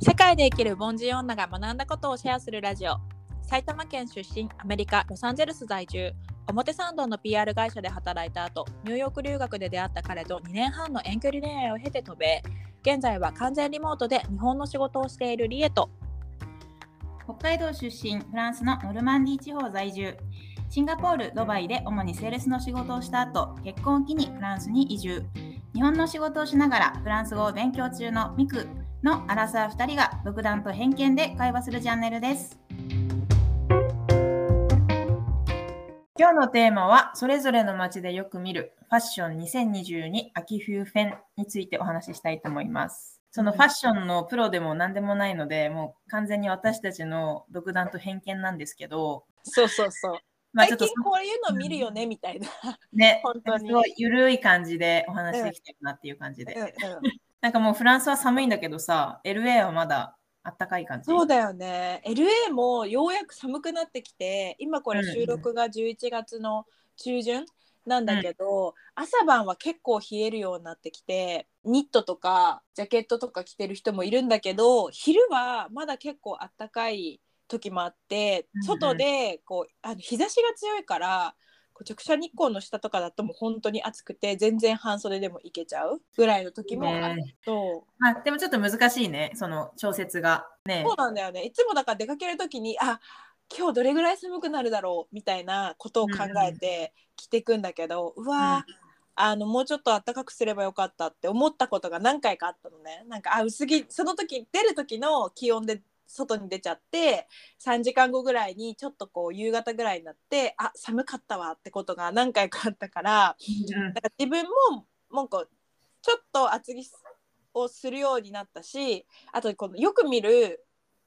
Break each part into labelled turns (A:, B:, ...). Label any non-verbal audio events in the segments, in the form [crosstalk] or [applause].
A: 世界で生きる凡人女が学んだことをシェアするラジオ埼玉県出身アメリカロサンゼルス在住表参道の PR 会社で働いた後ニューヨーク留学で出会った彼と2年半の遠距離恋愛を経て渡米現在は完全リモートで日本の仕事をしているリエと
B: 北海道出身フランスのノルマンディー地方在住シンガポールドバイで主にセールスの仕事をした後結婚を機にフランスに移住日本の仕事をしながらフランス語を勉強中のミクのアラサー2人が独断と偏見で会話するチャンネルです今日のテーマはそれぞれの街でよく見るファッション2022秋冬フェンについてお話ししたいと思いますそのファッションのプロでも何でもないのでもう完全に私たちの独断と偏見なんですけど
A: そうそうそう
B: まあちょっと
A: こういうの見るよねみたいな、
B: ね、
A: 本当に
B: すごい緩い感じでお話できてるなっていう感じで、
A: うんうん
B: なんかもうフランスは寒いんだけどさ、LA はまだあったかい感じ。
A: そうだよね LA もようやく寒くなってきて今これ収録が11月の中旬なんだけど、朝晩は結構冷えるようになってきてニットとかジャケットとか着てる人もいるんだけど昼はまだ結構あったかい時もあって
B: うんうん
A: 外でこうあの日差しが強いからこう直射日光の下とかだともう本当に暑くて全然半袖でもいけちゃうぐらいの時もある
B: ね
A: と。
B: まあ、でもちょっと難しいね、その調節が。ね
A: そうなんだよね。いつもだから出かけるときに、あ、今日どれぐらい寒くなるだろうみたいなことを考えて着てくんだけど、うわー、あのもうちょっと暖かくすればよかったって思ったことが何回かあったのね。なんかあ薄着その時出る時の気温で外に出ちゃって3時間後ぐらいにちょっとこう夕方ぐらいになってあ寒かったわってことが何回かあったから
B: うん
A: だから自分もなんかちょっと厚着をするようになったしあとこのよく見る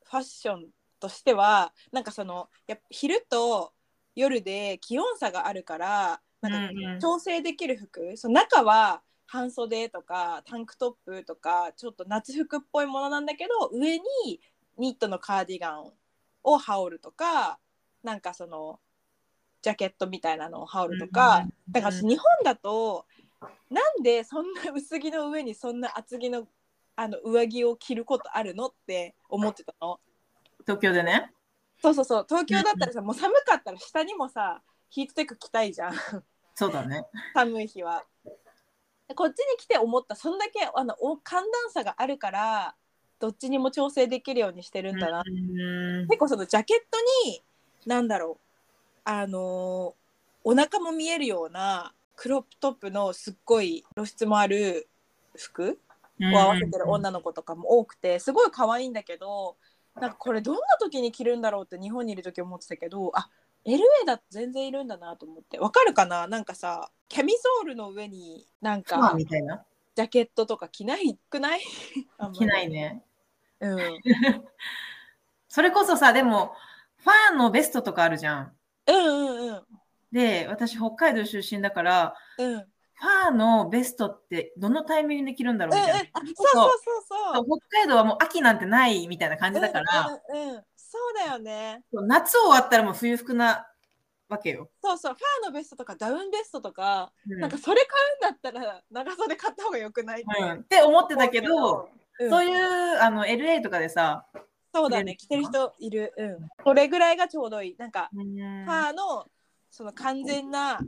A: ファッションとしてはなんかそのやっぱ昼と夜で気温差があるからなんか
B: うんうん
A: 調整できる服、その中は半袖とかタンクトップとかちょっと夏服っぽいものなんだけど上にニットのカーディガンを羽織るとかなんかそのジャケットみたいなのを羽織るとか、
B: うん
A: だから私
B: うん
A: 日本だとなんでそんな薄着の上にそんな厚着のあの上着を着ることあるのって思ってたの。
B: 東京でね。
A: そうそうそう東京だったらさもう寒かったら下にもさヒートテック着たいじゃん
B: そうだね。
A: 寒い日は。でこっちに来て思ったそんだけあのお寒暖差があるからどっちにも調整できるようにしてるんだな
B: うん
A: 結構そのジャケットに何だろうあのーお腹も見えるようなクロップトップのすっごい露出もある服を合わせてる女の子とかも多くてすごい可愛いんだけどなんかこれどんな時に着るんだろうって日本にいる時思ってたけどあ LA だと全然いるんだなと思ってわかるかななんかさキャミソールの上になん
B: うんまあ
A: か
B: みたいな。
A: ジャケットとか着ないくないあんまり [laughs]
B: 着ないね。
A: うん
B: それこそさ、でも、ファンのベストとかあるじゃん。
A: うんうんうん
B: で、私、北海道出身だから、
A: うん
B: ファーのベストってどのタイミングで着るんだろうみたいな。
A: うんうんあそうそうそうそう。
B: そう北海道はもう秋なんてないみたいな感じだから、
A: うんうんうん、そうだよね
B: そう夏終わったらもう冬服なわけよ。
A: そうそうファーのベストとかダウンベストとか、
B: うん
A: なんかそれ買うんだったら長袖買った方がよくないって
B: うん、って思ってたけど、、
A: うん
B: そういうあの LA とかでさ、
A: そうだね着てる人いる、うん、それぐらいがちょうどいいなんか、ファーのその完全な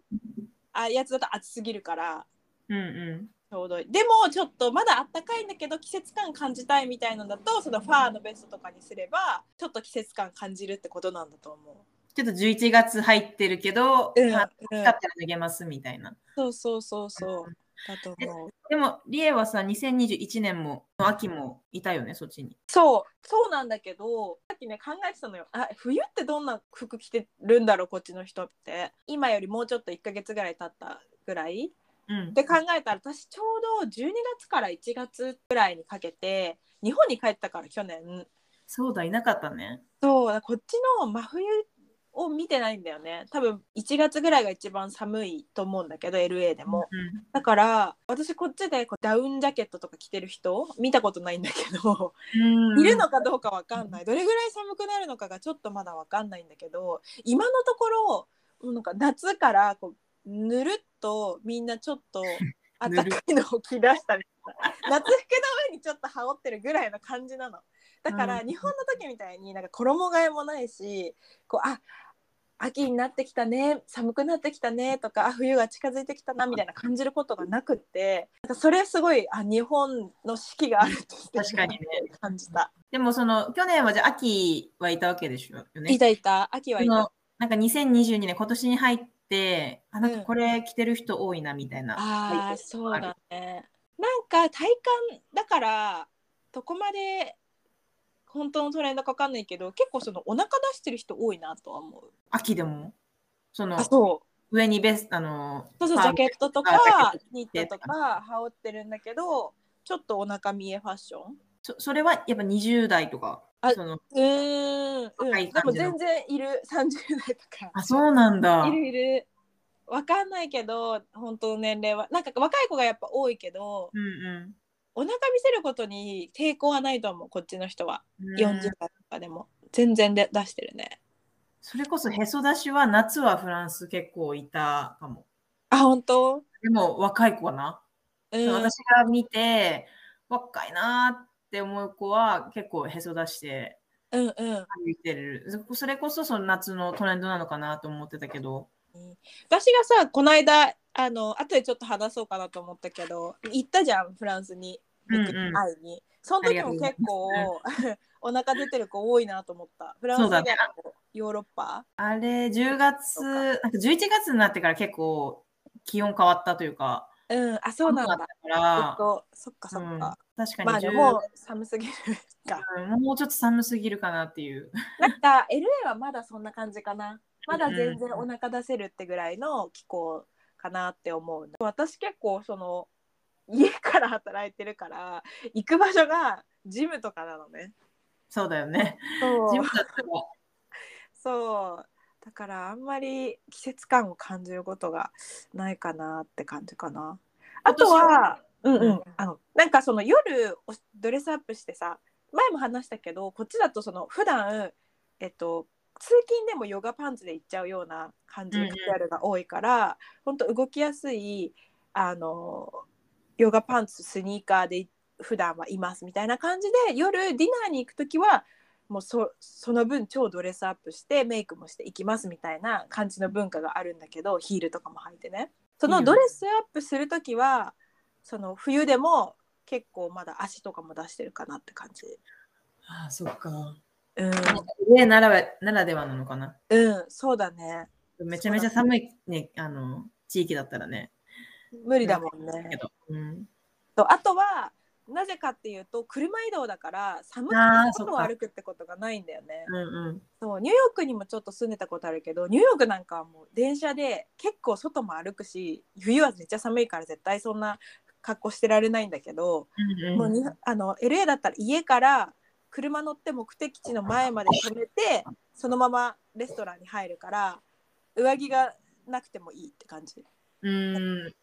A: あやつだと暑すぎるから
B: うんう
A: ちょうどいいでもちょっとまだあったかいんだけど季節感感じたいみたいのだとそのファーのベストとかにすればちょっと季節感感じるってことなんだと思
B: ん、ちょっと11月入ってるけど、
A: う。うん、
B: まあ
A: うん
B: 使ったら脱げますみたいな。
A: そうそうそうそう。だと思う。
B: でも、リエはさ、2021年もの秋もいたよね、そっちに。
A: そう、そうなんだけど、さっきね、考えてたのよ。あ、冬ってどんな服着てるんだろう、こっちの人って。今よりもうちょっと1ヶ月ぐらい経ったぐらい。
B: うん
A: で考えたら、私ちょうど12月から1月ぐらいにかけて、日本に帰ったから去年。
B: そうだ、いなかったね。
A: そう、だからこっちの真冬を見てないんだよね。多分1月ぐらいが一番寒いと思うんだけど、LA でも。
B: うん
A: だから私こっちでこうダウンジャケットとか着てる人見たことないんだけど、
B: うん
A: いるのかどうかわかんないどれぐらい寒くなるのかがちょっとまだわかんないんだけど今のところなんか夏から
B: [laughs]
A: こうぬるっとみんなちょっと暖かいのを着だしたみたいな夏服の上にちょっと羽織ってるぐらいの感じなのだから
B: うん
A: 日本の時みたいになんか衣替えもないしこうあ秋になってきたね寒くなってきたねとかあ冬が近づいてきたなみたいな感じることがなくってなんかそれすごいあ日本の四季があるとして
B: 確かにね
A: 感じた。
B: でもその去年はじゃあ秋はいたわけでしょよね。
A: いたいた秋はい
B: そ
A: た
B: のなんか2022年今年に入ってあなん
A: う
B: か
A: ん
B: これ着てる人多いなみたいな。
A: あ
B: は
A: あ
B: い
A: そうだねなんか体感だからどこまで本当のトレンドかわかんないけど結構そのお腹出してる人多いなとは思う
B: 秋でもその
A: あそう
B: 上にベストあの
A: そうそうジ
B: パー
A: ャケットと
B: あジャ
A: か
B: ケット
A: ニットとか羽織ってるんだけどちょっとお腹見えファッション
B: そそれはやっぱ20代とか
A: あ
B: その
A: うーん、うん
B: 若い
A: で
B: 感
A: も
B: じの
A: 全然いる30代とか
B: あそうなんだ
A: い。るいるわかんないけど本当の年齢はなんか若い子がやっぱ多いけど
B: うんう
A: お腹見せることに抵抗はないと思うこっちの人は
B: んうん
A: 40代とかでも全然で出してるね
B: それこそへそ出しは夏はフランス結構いたかも。
A: あ本当
B: でも若い子かな。
A: うん
B: 私が見て若いなーって思う子は結構へそ出して
A: うんうん
B: 歩いてるそれこそその夏のトレンドなのかなと思ってたけど
A: 私がさこの間あの後でちょっと話そうかなと思ったけど行ったじゃんフランスに
B: うんうん
A: 会いに、その時も結構お腹出てる子多いなと思ったフランス
B: そうだね
A: 以外のヨーロッパ
B: あれ10月
A: そ
B: なんか11月になってから結構気温変わったというか
A: うんあそうなんだ
B: 寒か
A: え
B: ったから
A: っとそっかそっ
B: うん
A: か、
B: 確かに
A: まあで
B: 10
A: も寒すぎるか
B: うんもうちょっと寒すぎるかなっていう [laughs]
A: なんか LA はまだそんな感じかな。まだ全然お腹出せるってぐらいの気候かなって思う。私結構その家から働いてるから行く場所がジムとかなのね。
B: そうだよね
A: そ
B: 自
A: う
B: 分た
A: [laughs]
B: ちも
A: そうだからあんまり季節感を感じることがないかなって感じかな。あとは、うんうん、あのなんかその夜おドレスアップしてさ前も話したけどこっちだとその普段えっと通勤でもヨガパンツで行っちゃうような感じ
B: うん
A: の
B: う
A: カ
B: ん
A: ジュアルが多いから、本当動きやすいあのヨガパンツスニーカーで普段はいますみたいな感じで夜ディナーに行く時はもうそその分超ドレスアップしてメイクもしていきますみたいな感じの文化があるんだけどヒールとかも履いてねそのドレスアップする時はその冬でも結構まだ足とかも出してるかなって感じ
B: ああそっか
A: うん、
B: 上ならならではなのかな
A: うん、そうだね
B: めちゃめちゃ寒いねあの地域だったらね
A: 無理だもん
B: だけ
A: ね
B: ど、うん、
A: とあとはなぜかっていうと車移動だから寒くて
B: あーそっ
A: 外
B: か
A: を歩くってことがないんだよね
B: うんうん
A: そうニューヨークにもちょっと住んでたことあるけどニューヨークなんかはもう電車で結構外も歩くし冬はめっちゃ寒いから絶対そんな格好してられないんだけど、
B: うん
A: もう
B: うん
A: にあの LA だったら家から車乗って目的地の前まで止めてそのままレストランに入るから上着がなくてもいいって感じ。
B: うーん。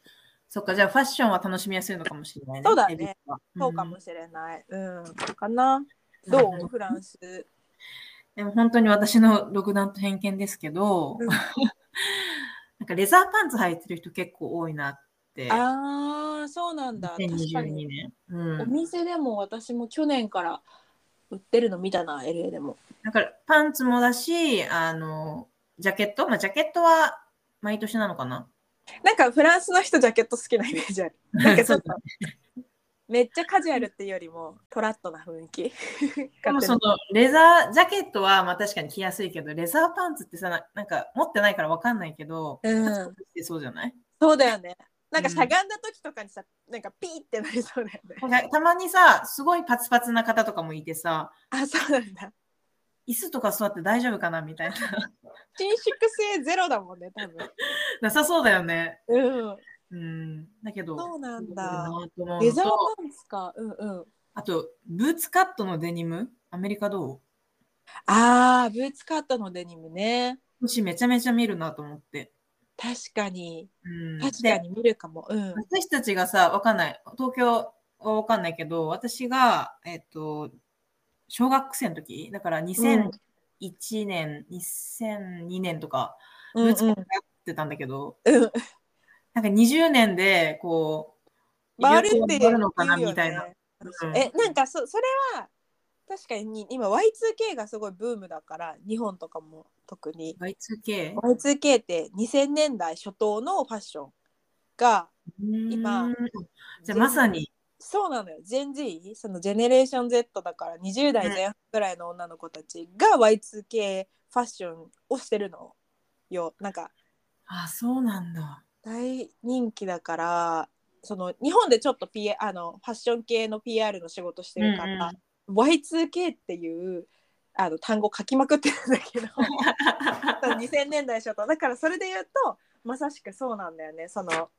B: そっか、じゃあファッションは楽しみやすいのかもしれないね。
A: そうだね
B: エビは。
A: そうか
B: ん
A: もしれない。うん、かな。ど
B: なるほ
A: う
B: ど
A: フランス。
B: でも本当に私の独断と偏見ですけど、 [laughs]
A: うん
B: なんかレザーパンツ履いてる人結構多いなって。
A: ああ、そうなんだ。確かに
B: 2022。年。う
A: お
B: ん。
A: 店でも私も去年から売ってるの見たな LA でも
B: だからパンツもだし、あの、ジャケット、まあ、ジャケットは毎年なのかな。
A: なんかフランスの人ジャケット好きなイメージある [laughs] なんかちょっ
B: そうだ
A: とめっちゃカジュアルっていうよりもトラットな雰囲 [laughs] 気
B: でもそのレザージャケットはまあ確かに着やすいけど、レザーパンツってさ、ななんか持ってないからわかんないけど、
A: うん
B: パツパツしてそうじゃない
A: そうだよねなんかしゃがんだ時とかにさなんかピーってなりそうだよね
B: なんかたまにさ、すごいパツパツな方とかもいてさ、
A: あそうなんだ
B: 椅子とか座って大丈夫かなみたいな。 [laughs]
A: 伸縮性ゼロだもんね多分
B: なさそうだよね。
A: うん
B: うん。だけど、
A: そうなんだ
B: なと思うのと
A: レザーパンツかうんうん
B: あと、ブーツカットのデニム、アメリカどう
A: あーブーツカットのデニムね
B: 私めちゃめちゃ見るなと思って。
A: 確かに
B: うん、
A: 確か
B: で
A: に見るかもうん
B: 私たちがさ、わかんない。東京はわかんないけど、私が、えっと、小学生の時、だから2001年、2002年とか、
A: う
B: ブ
A: んう
B: ーツカット
A: ん
B: やってたんだけど、
A: うん
B: なんか20年でこう
A: 回るって言うよね
B: 流行が回るのかなみたいなうん
A: えなんかそそれは確かに今 Y2K がすごいブームだから日本とかも特に
B: Y2K?
A: Y2K って2000年代初頭のファッションが今
B: うーんじゃあまさに
A: そうなのよ GenZ そのジェネレーション Z だから20代前半ぐらいの女の子たちが Y2K ファッションをしてるのよなんか
B: あそうなんだ
A: 大人気だからその日本でちょっと、P、あのファッション系の PR の仕事してるから、Y2K っていうあの単語書きまくってるんだ
B: [laughs]
A: けどその2000年代初頭だからそれで言うとまさしくそうなんだよねその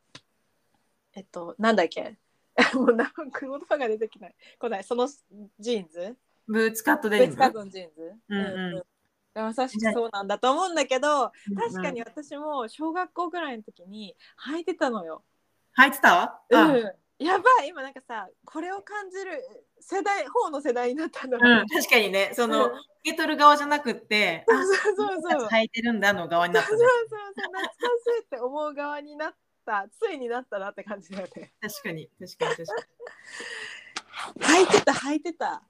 A: えっとなんだっけ [laughs] もうなんか言葉が出てきないこないそのジーンズ
B: [laughs] ブーツカットデ
A: ベ
B: ニ
A: ス
B: ム
A: カードのジーンズ、
B: うんうん
A: まさしくそうなんだと思うんだけど確か
B: うん
A: に私も小学校ぐらいの時に履いてたのよ。
B: 入ってた
A: う
B: あ
A: ん、やばい今なんかさこれを感じる世代方の世代になったの、
B: うん、確かにね、その、
A: うん
B: 受け取る側じゃなくって、
A: そうそうそうそうそうそうそう
B: 履いてるんだの側になったね。
A: 懐かしいって思う側になったついになったなって感じだよね
B: 確かに、確かに、確かに。
A: 履いてた履いてた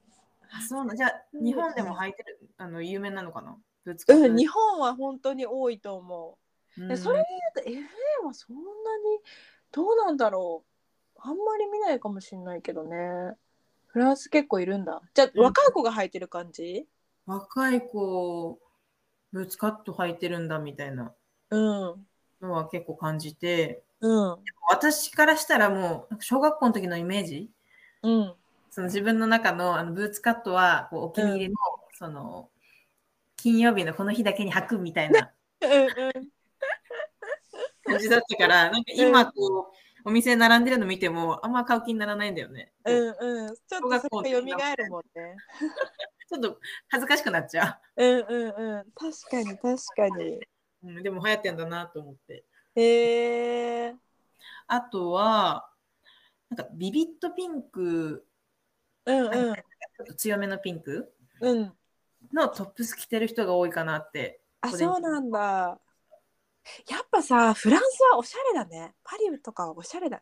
B: あそうなんじゃあ、
A: うん
B: 日本でも履いてる、あの、有名なのかなぶつ
A: うん日本は本当に多いと思う、でそれで言うと FA はそんなにどうなんだろうあんまり見ないかもしれないけどねフランス結構いるんだじゃあ
B: うん
A: 若い子が履いてる感じ
B: 若い子、ぶつかっと履いてるんだみたいな
A: うん
B: のは結構感じて、
A: うん
B: 私からしたらもう、なんか小学校の時のイメージ
A: うん
B: その自分の中のあのブーツカットはこうお気に入りの、その金曜日のこの日だけに履くみたい [laughs] な
A: うん
B: 感じだったから、なんか今こう、お店並んでるの見てもあんま買う気にならないんだよね。
A: うんうんうんちょっとそれが蘇るもんね
B: ちょっと恥ずかしくなっちゃ
A: うんうんうん確かに確かに
B: う。うん、でも流行ってんだなと思って。
A: へえ
B: あとは、なんかビビットピンク、
A: うんうん
B: ちょっと強めのピンク
A: うん
B: のトップス着てる人が多いかなって。
A: あ
B: これ
A: そうなんだやっぱさフランスはおしゃれだねパリとかはおしゃれだ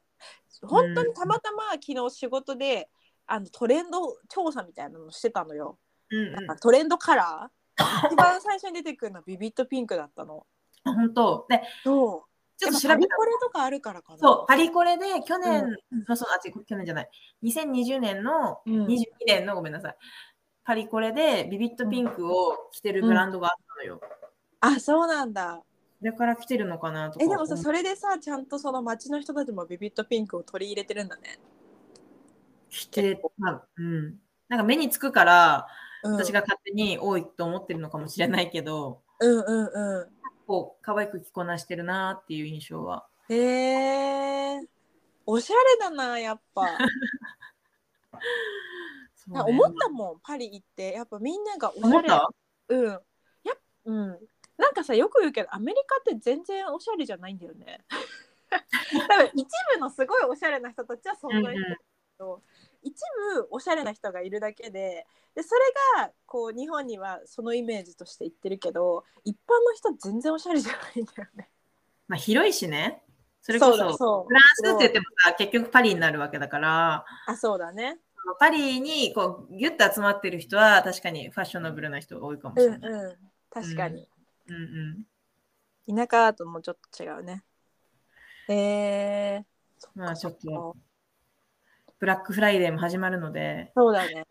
A: 本当にたまたま昨日仕事であのトレンド調査みたいなのしてたのよ、
B: うんうん。
A: トレンドカラー一番最初に出てくるのはビビットピンクだったの
B: あ本当。で、
A: そう
B: ちょっと調
A: やぱパ
B: べ
A: リ
B: た
A: コレとかあるからかな
B: そう、パリコレで去年、
A: う
B: そうそう、あ、違う去年じゃない、2020年の、
A: うん
B: 22年の、ごめんなさい、パリコレでビビットピンクを着てるブランドがあったのよ。
A: あそうなんだ
B: だから着てるのかなとか。
A: えでもさ
B: 思う
A: それでさちゃんとその街の人たちもビビットピンクを取り入れてるんだね、
B: 着て、まあ、うん。なんか目につくから、
A: うん、
B: 私が勝手に多いと思ってるのかもしれないけど、
A: うんうんう
B: こう、可愛く着こなしてるなっていう印象は。
A: んへえおしゃれだなやっ
B: [laughs]
A: ぱ、
B: そうね
A: なんか思ったもんパリ行ってやっぱみんながおし
B: 思
A: ゃ
B: っ
A: れ
B: た
A: うんやっうんなんかさよく言うけどアメリカって全然おしゃれじゃないんだよね
B: [laughs]
A: 多分一部のすごいおしゃれな人たちはそんなに、
B: うんうん
A: ど一部おしゃれな人がいるだけででそれがこう日本にはそのイメージとして言ってるけど一般の人全然おしゃれじゃないんだよね。
B: まあ、広いしね。それこそ、
A: うだそう
B: フランスって言ってもさ、結局パリになるわけだから、
A: あそうだね。
B: パリにこうギュッと集まってる人は確かにファッショナブルな人が多いかもし
A: う
B: れ
A: ん
B: ない。
A: うん確かに、
B: うんうん
A: 田舎だともうちょっと違うね。えー、そっ
B: まあ
A: かそっ
B: ちょ
A: か
B: ブラックフライデーも始まるので、
A: そうだね。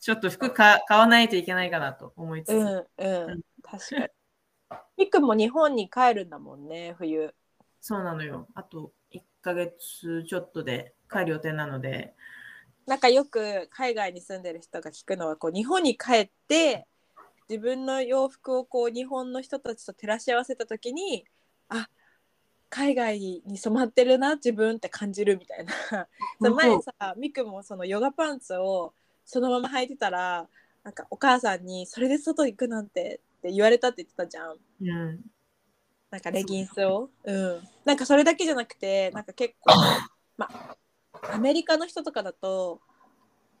B: ちょっと服か買わないといけないかなと思いつつ、
A: うんうん確かに。みっくんも日本に帰るんだもんね冬。
B: そうなのよ。あと1ヶ月ちょっとで帰る予定なので、
A: なんかよく海外に住んでる人が聞くのはこう日本に帰って自分の洋服をこう日本の人たちと照らし合わせた時にあ海外に染まってるな自分って感じるみたいなそう前
B: 本
A: さみくもそのヨガパンツをそのまま履いてたらなんかお母さんに「それで外行くなんて」って言われたって言ってたじゃん。
B: 当うん、
A: なんかレギンスを、うん、なんかそれだけじゃなくてなんか結構まあアメリカの人とかだと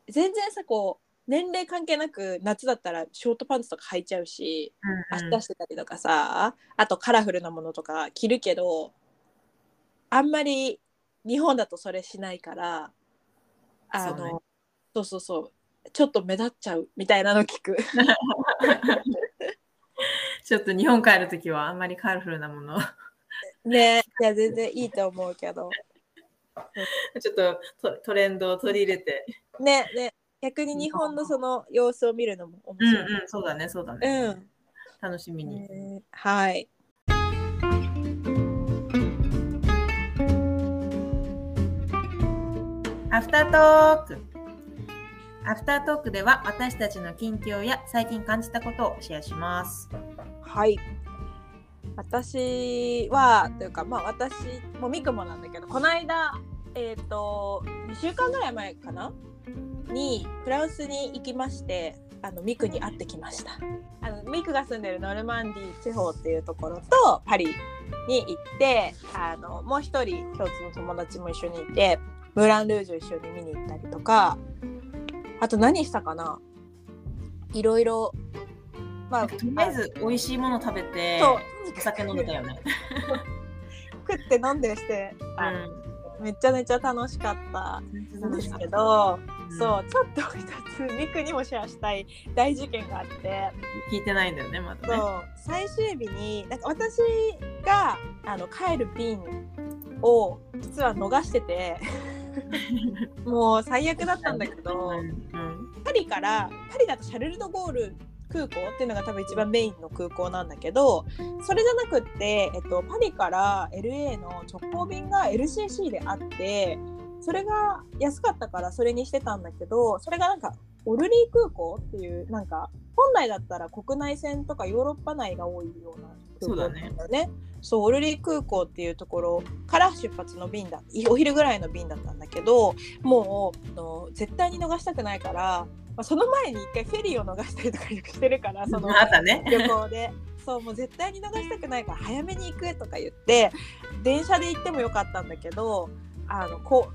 A: 全然さこう年齢関係なく夏だったらショートパンツとか履いちゃうし
B: うん
A: 足出してたりとかさ、あとカラフルなものとか着るけどあんまり日本だとそれしないからあの
B: そうね
A: そうそうそうちょっと目立っちゃうみたいなの聞 [laughs] く
B: ちょっと日本帰るときはあんまりカラフルなものを [laughs]
A: ねいや全然いいと思うけど
B: ちょっとトトレンドを取り入れて
A: ねね逆に日本のその様子を見るのも面白い。
B: そうだねそうだ
A: う
B: ね、
A: ん
B: 楽しみに、
A: ねはい。
B: アフタートークアフタートークでは私たちの近況や最近感じたことをシェアします
A: はい。私はというかまあ私もみくもなんだけどこの間えっ、と2週間ぐらい前かなにフランスに行きましてあのミクに会ってきましたあのミクが住んでるノルマンディー地方っていうところとパリに行ってあのもう一人共通の友達も一緒にいてムーラン・ルージュ一緒に見に行ったりとかあと何したかないろいろまあ
B: とりあえず美味しいもの食べて
A: そう
B: お酒飲んでたよね、
A: 食って飲んでして、あのめちゃめちゃ楽しかった
B: うん
A: んですけ
B: 楽しか
A: ど、
B: った
A: そうちょっと一つミクにもシェアしたい [laughs] 大事件があって、
B: 聞いてないんだよねまだ
A: そ
B: ね
A: う最終日になんか私があの帰る便を実は逃して
B: [laughs]
A: てもう最悪だったんだけど
B: うんうん
A: パリからパリだとシャルル・ド・ゴール空港っていうのが多分一番メインの空港なんだけどそれじゃなくって、えっと、パリから LA の直行便が LCC であってそれが安かったからそれにしてたんだけどそれがなんかオルリー空港っていうなんか本来だったら国内線とかヨーロッパ内が多いような空港なんだよね。そうオルリー空港っていうところから出発の便だお昼ぐらいの便だったんだけどもうあの絶対に逃したくないから、まあ、その前に一回フェリーを逃したりとかよくしてるからその
B: あったね
A: 旅行でそうもう絶対に逃したくないから早めに行くとか言って電車で行ってもよかったんだけどあのこ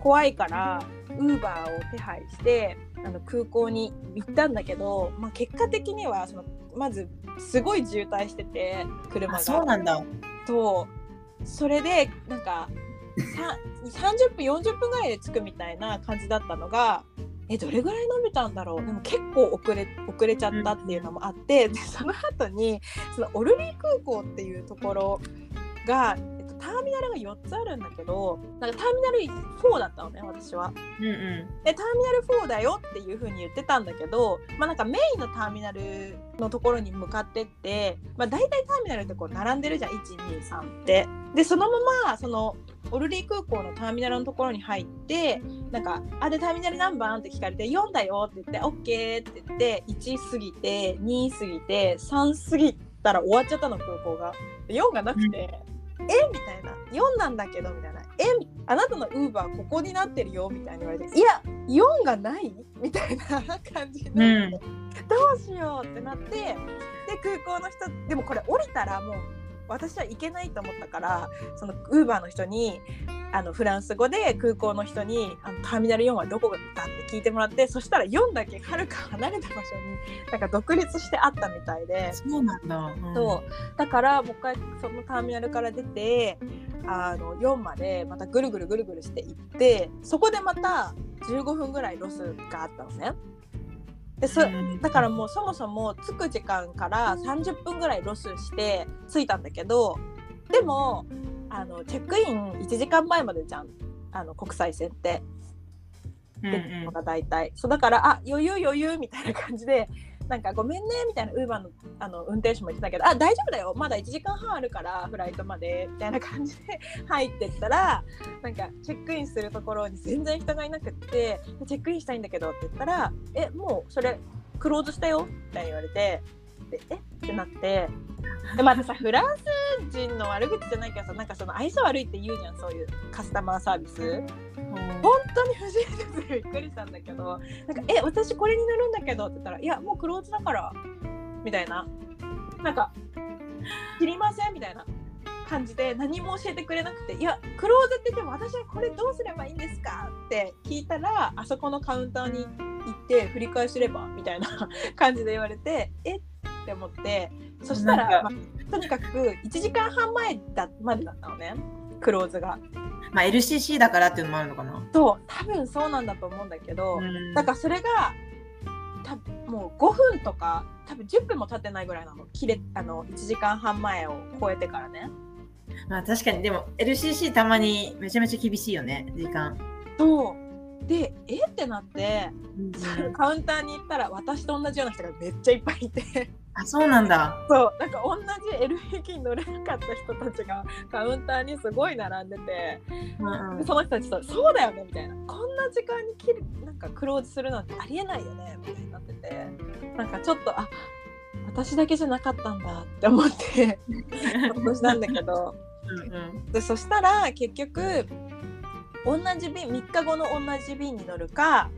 A: 怖いからウーバーを手配してあの空港に行ったんだけど、まあ、結果的にはそのまずすごい渋滞してて車が。
B: あそうなんだ
A: とそれでなんかさ30分40分ぐらいで着くみたいな感じだったのがえどれぐらい伸びたんだろうでも結構遅れ遅れちゃったっていうのもあってでその後にそのオルリー空港っていうところが、えっと、ターミナルが4つあるんだけどなんかターミナル4だったのね私は。
B: うんう
A: でターミナル4だよっていう風に言ってたんだけど、まあ、なんかメインのターミナルのところに向かってって、まあ、大体ターミナルってこう並んでるじゃん123って。でそのままそのオルリー空港のターミナルのところに入ってなんか「あでターミナル何番?」って聞かれて「4だよ」って言って「OK」って言って1過ぎて2過ぎて3過ぎたら終わっちゃったの空港が。で4がなくて、えみたいな4なんだけどみたいなえあなたのウーバーここになってるよみたいに言われていや4がないみたいな感じに
B: う
A: なっ
B: ん
A: て、どうしようってなってで空港の人でもこれ降りたらもう私は行けないと思ったからそのウーバーの人にあのフランス語で空港の人にあのターミナル4はどこだって聞いてもらってそしたら4だけはるか離れた場所になんか独立してあったみたいで。
B: そうなんだ、うん
A: そうだからもう一回そのターミナルから出てあの4までまたぐるぐるぐるぐるして行ってそこでまた15分ぐらいロスがあったのね。でそ
B: うん
A: だからもうそもそも着く時間から30分ぐらいロスして着いたんだけどでもあのチェックイン1時間前までじゃんあの国際線って。
B: うん
A: 出てるのが大体、そうだからあ余裕余裕みたいな感じでなんかごめんねみたいなウーバーのあの運転手も言ってたけどあ大丈夫だよまだ1時間半あるからフライトまでみたいな感じで [laughs] 入ってったらなんかチェックインするところに全然人がいなくってチェックインしたいんだけどって言ったらえもうそれクローズしたよみたいに言われてでえってなってでまたさフランス人の悪口じゃないけどさなんかその愛想悪いって言うじゃんそういうカスタマーサービス。
B: うん
A: 本当に不自由でびっくりしたんだけど「なんかえ私これに乗るんだけど」って言ったら「いやもうクローズだから」みたいななんか「知りません」みたいな感じで何も教えてくれなくて「いやクローズってでも私はこれどうすればいいんですか?」って聞いたらあそこのカウンターに行って振り返すればみたいな感じで言われて「えっ?」て思ってそしたら、
B: な
A: まあとにかく1時間半前だまでだったのねクローズが。
B: まあ LCC だからっていうのもあるのかな。
A: そう多分そうなんだと思うんだけど、
B: うん
A: だからそれがたもう5分とか多分10分も経ってないぐらいなの切れあの1時間半前を超えてからね
B: まあ確かにでも LCC たまにめちゃめちゃ厳しいよね時間。
A: そうでえってなってカウンターに行ったら私と同じような人がめっちゃいっぱいいて
B: あそうなんだ。
A: [laughs] そうなんか同じ LHK に乗れなかった人たちがカウンターにすごい並んでて
B: うんうん
A: その人たちと「そうだよね」みたいな「こんな時間に切るなんかクローズするなんてありえないよね」みたいになっててなんかちょっとあ私だけじゃなかったんだって思ってほっとしたんだけど
B: うんうん
A: でそしたら結局同じ便3日後の同じ便に乗るか、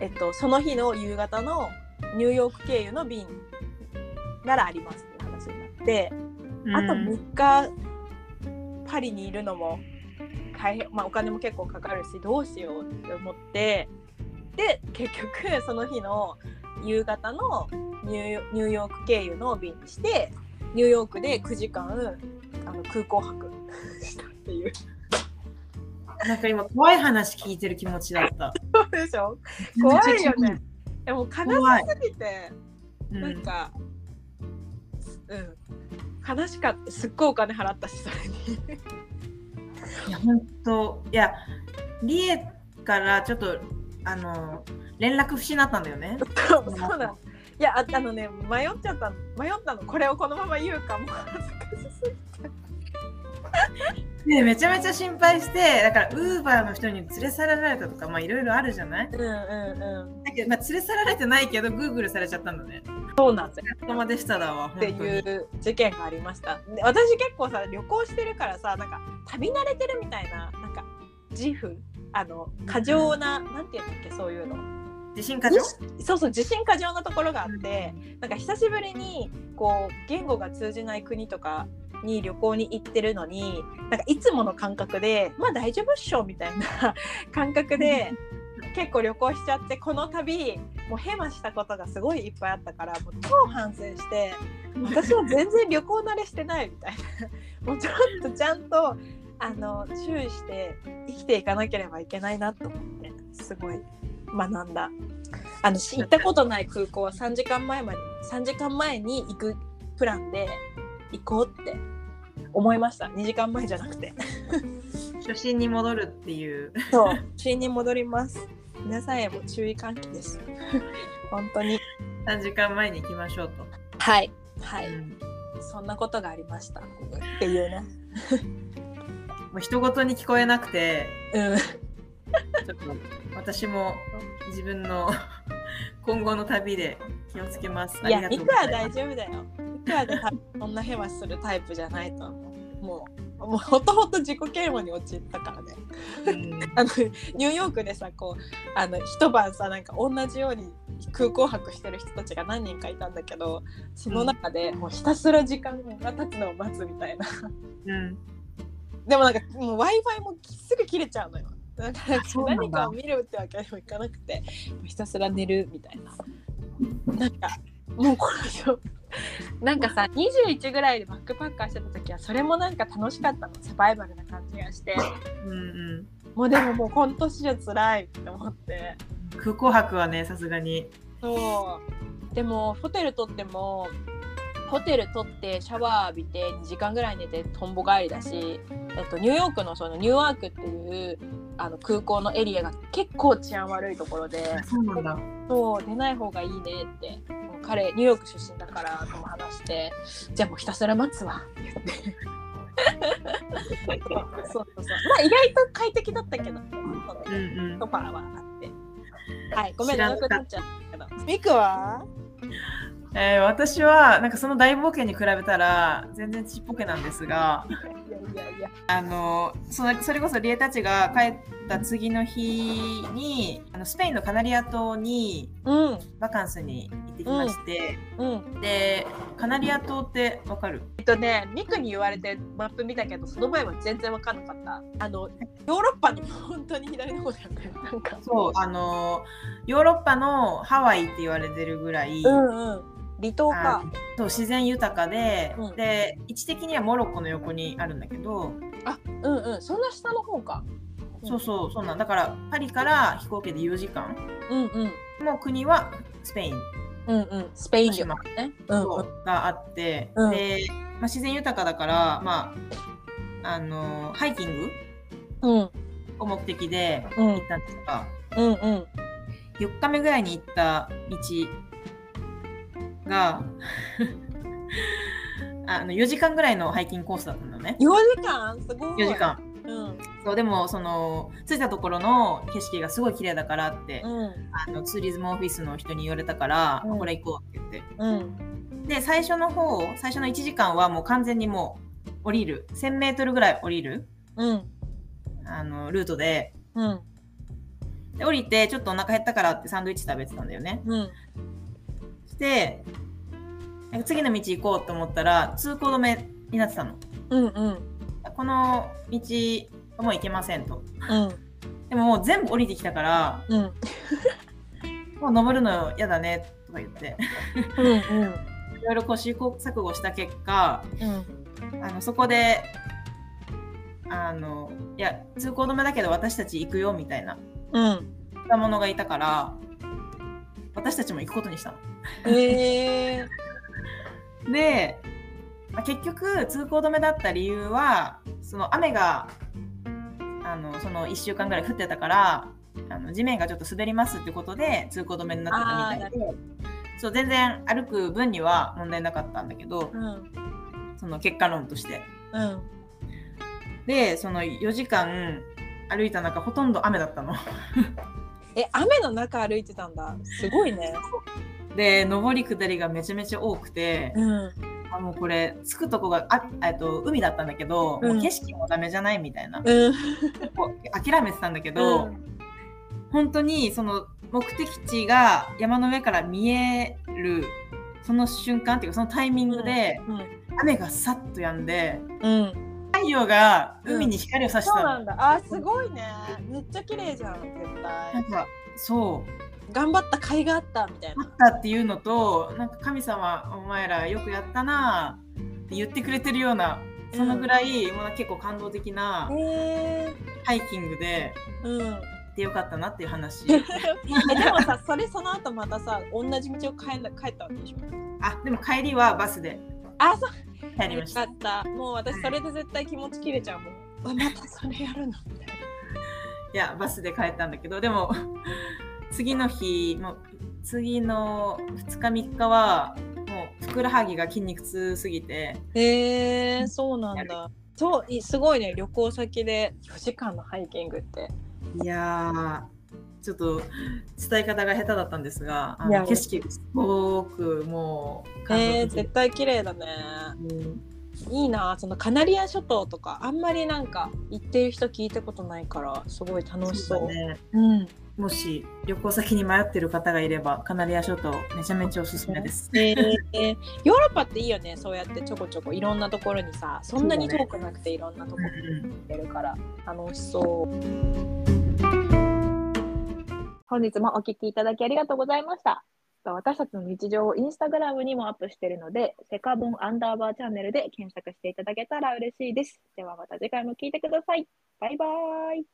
A: えっと、その日の夕方のニューヨーク経由の便ならありますっていう話になって。あと
B: うん
A: 3日パリにいるのも大変、まあ、お金も結構かかるしどうしようって思ってで結局その日の夕方のニューヨニューヨーク経由の便にしてニューヨークで9時間あの空港泊したっていう
B: なんか今怖い話聞いてる気持ちだった。
A: そうでしょ [laughs] 怖いよね。でも悲
B: 怖い
A: しすぎて
B: うん。
A: なんか、うん、悲しかったすっごいお金払ったしそれに。
B: いや本当いやリエからちょっとあの連絡不思になったんだよね。
A: そうそうだ。いやああのね迷っちゃった迷ったのこれをこのまま言うかもう恥ずかしすぎて
B: でめちゃめちゃ心配してだからウーバーの人に連れ去られたとかまあいろいろあるじゃない。
A: うんうんうん
B: だけど、まあ、連れ去られてないけどグーグルされちゃったんだね。
A: そうなんですよ
B: お疲れ様でしただわ。
A: って
B: 本
A: いう事件がありましたで私結構さ旅行してるからさなんか旅慣れてるみたいななんか自負あの過剰な、なんて言うんだっけそういうの
B: 当に地震過剰
A: そうそう自信過剰なところがあってなんか久しぶりにこう言語が通じない国とかに旅行に行ってるのになんかいつもの感覚でまあ大丈夫っしょみたいな [laughs] 感覚で結構旅行しちゃってこの度もうヘマしたことがすごいいっぱいあったからもう超反省して私は全然旅行慣れしてないみたいなもうちょっとちゃんとあの注意して生きていかなければいけないなと思ってすごい学んだあのし行ったことない空港は3時間前まで3時間前に行くプランで行こうって思いました2時間前じゃなくて
B: 初心に戻るっていう。 [laughs]
A: そう地に戻ります皆さんへも注意喚起です本当に
B: 3時間前に行きましょうと。
A: はいは
B: う
A: い
B: ん
A: そんなことがありましたっていうね
B: もう人ごとに聞こえなくて
A: うん
B: ちょっと私も自分の [laughs] 今後の旅で気をつけます。
A: い
B: あり
A: や、
B: がと
A: いうく
B: ご
A: ら
B: ざいます
A: 大丈夫だよ。いくらでそんなヘマするタイプじゃないと思う。もう、 [laughs] もうほとほと自己嫌悪に陥ったからね。
B: うん
A: あの、ニューヨークでさ、こう、あの、一晩さ、なんか同じように空港泊してる人たちが何人かいたんだけど、その中でもうひたすら時間が経つのを待つみたいな。
B: うん
A: でもなんか、もう Wi-Fi もすぐ切れちゃうのよ。だから
B: そうなんだ
A: 何かを見るってわけにもいかなくて、もうひたすら寝るみたいな。なんかもうこれなんかさ21ぐらいでバックパッカーしてた時はそれもなんか楽しかったのサバイバルな感じがして
B: うん
A: もうでももう今年じゃ辛いって思って
B: うん、空港泊はねさすがに
A: そうでもホテル取ってもホテル取ってシャワー浴びて2時間ぐらい寝てとんぼ帰りだし、えっと、ニューヨークのそのニューワークっていうあの空港のエリアが結構治安悪いところで。
B: そうなんだ
A: そう出ない方がいいねってもう彼ニューヨーク出身だからとも話してじゃあもうひたすら待つわって言ってそうそうそうまあ意外と快適だったけど、その
B: うんうん
A: ソファーはあってはいごめん
B: 知らな
A: 長
B: か
A: くなっ
B: った
A: ちゃったけどミクは
B: えー私はなんかその大冒険に比べたら全然ちっぽけなんですが
A: いやいやいや
B: あのそのそれこそリエたちが帰った次の日にあのスペインのカナリア島に
A: うん
B: バカンスに行ってきまして、
A: うん
B: でカナリア島ってわかる
A: えっとねミクに言われてマップ見たけどその前は全然分かんなかったあのヨーロッパの本当に左の方だよねなんか
B: そうあのヨーロッパのハワイって言われてるぐらい、
A: うんうん離島か
B: あ。そう自然豊かで、
A: うん
B: で位置的にはモロッコの横にあるんだけど、
A: あ、うんうん、そんな下の方か。うん
B: そうそうそうなんだからパリから飛行機で4時間
A: うんうん。
B: もう国はスペイン
A: うんうん、スペイン領ね。うんうん、
B: があって、
A: うん
B: で、まあ、自然豊かだから、まあ、あのハイキング
A: うん、
B: を目的で
A: う
B: 行
A: ん
B: っ、たんですが
A: うん、うん。
B: 4日目ぐらいに行った道が [laughs] あの4時間ぐらいのハイキングコースだったんだよね。
A: 四時間、すごい。
B: 4時。間
A: うん、
B: そうでもその着いたところの景色がすごい綺麗だからって、
A: うん、
B: あのツーリズムオフィスの人に言われたから、
A: うん
B: これ行こうって言って
A: うん、
B: で最初の方最初の1時間はもう完全にもう降りる 1,000m ぐらい降りる
A: うん、
B: あのルートで
A: うん、
B: で降りてちょっとお腹減ったからってサンドイッチ食べてたんだよね
A: うん。
B: してなんか次の道行こうと思ったら通行止めになってたの
A: うんうん
B: この道はもう行けませんと
A: うん
B: でももう全部降りてきたから
A: うん
B: もう登るの嫌だねとか言って [laughs]
A: うんうん
B: いろいろこう試行錯誤した結果
A: うん
B: あのそこであのいや通行止めだけど私たち行くよみたいな
A: うん
B: 若者がいたから私たちも行くことにしたの。
A: えー
B: で、まあ結局通行止めだった理由はその雨があのその1週間ぐらい降ってたからあの地面がちょっと滑りますってことで通行止めになってたみたいでそう全然歩く分には問題なかったんだけど
A: うん
B: その結果論として。
A: うん
B: でその4時間歩いた中ほとんど雨だったの。 [laughs]
A: え雨の中歩いてたんだすごいね
B: で上り下りがめちゃめちゃ多くて。
A: うん
B: あもうこれ着くとこがあえっと海だったんだけど、
A: うん
B: もう景色もダメじゃないみたいな、
A: うん
B: こう諦めてたんだけど、本当にその目的地が山の上から見えるその瞬間っていうかそのタイミングで、
A: うん
B: 雨がさっと止んで
A: うん
B: 太陽が海に光を差して
A: そう
B: た
A: な
B: の、
A: んだあすごいねめっちゃ綺麗じゃん絶
B: な
A: 対
B: んかそう
A: 頑張った甲斐があったみたい
B: あ
A: な
B: ったっていうのとなんか神様お前らよくやったなって言ってくれてるようなそのぐらい、まあ、結構感動的な
A: えー
B: ハイキングで。
A: うん
B: ってよかったなっていう
A: [laughs]
B: 話
A: えでもさそれその後またさ同じ道を帰んな帰ったわけでしょ
B: あでも帰りはバスで
A: あそう
B: 帰り
A: よ
B: ました
A: かったもう私それで絶対気持ち切れちゃうもんあまたそれやるのみたいない
B: やバスで帰ったんだけどでも [laughs] 次の日もう次の2日3日はもうふくらはぎが筋肉痛すぎて
A: へえー、そうなんだ。そういすごいね旅行先で4時間のハイキングって。
B: いやーちょっと伝え方が下手だったんですがあ
A: いや
B: の景色がすごくもう感動
A: えー、
B: 的で
A: 絶対綺麗だね。
B: うん
A: いいなそのカナリア諸島とかあんまりなんか行ってる人聞いたことないからすごい楽しそう。
B: そううだね
A: ん。
B: もし旅行先に迷ってる方がいればカナリア諸島めちゃめちゃおすすめです。
A: えーえーヨーロッパっていいよねそうやってちょこちょこいろんなところにさそんなに遠くなくていろんなとこ
B: うん
A: 行ってるから楽しそう。
C: 本日もお聞きいただきありがとうございました。私たちの日常をインスタグラムにもアップしているので、セカボンアンダーバーチャンネルで検索していただけたら嬉しいです。ではまた次回も聞いてください。バイバーイ。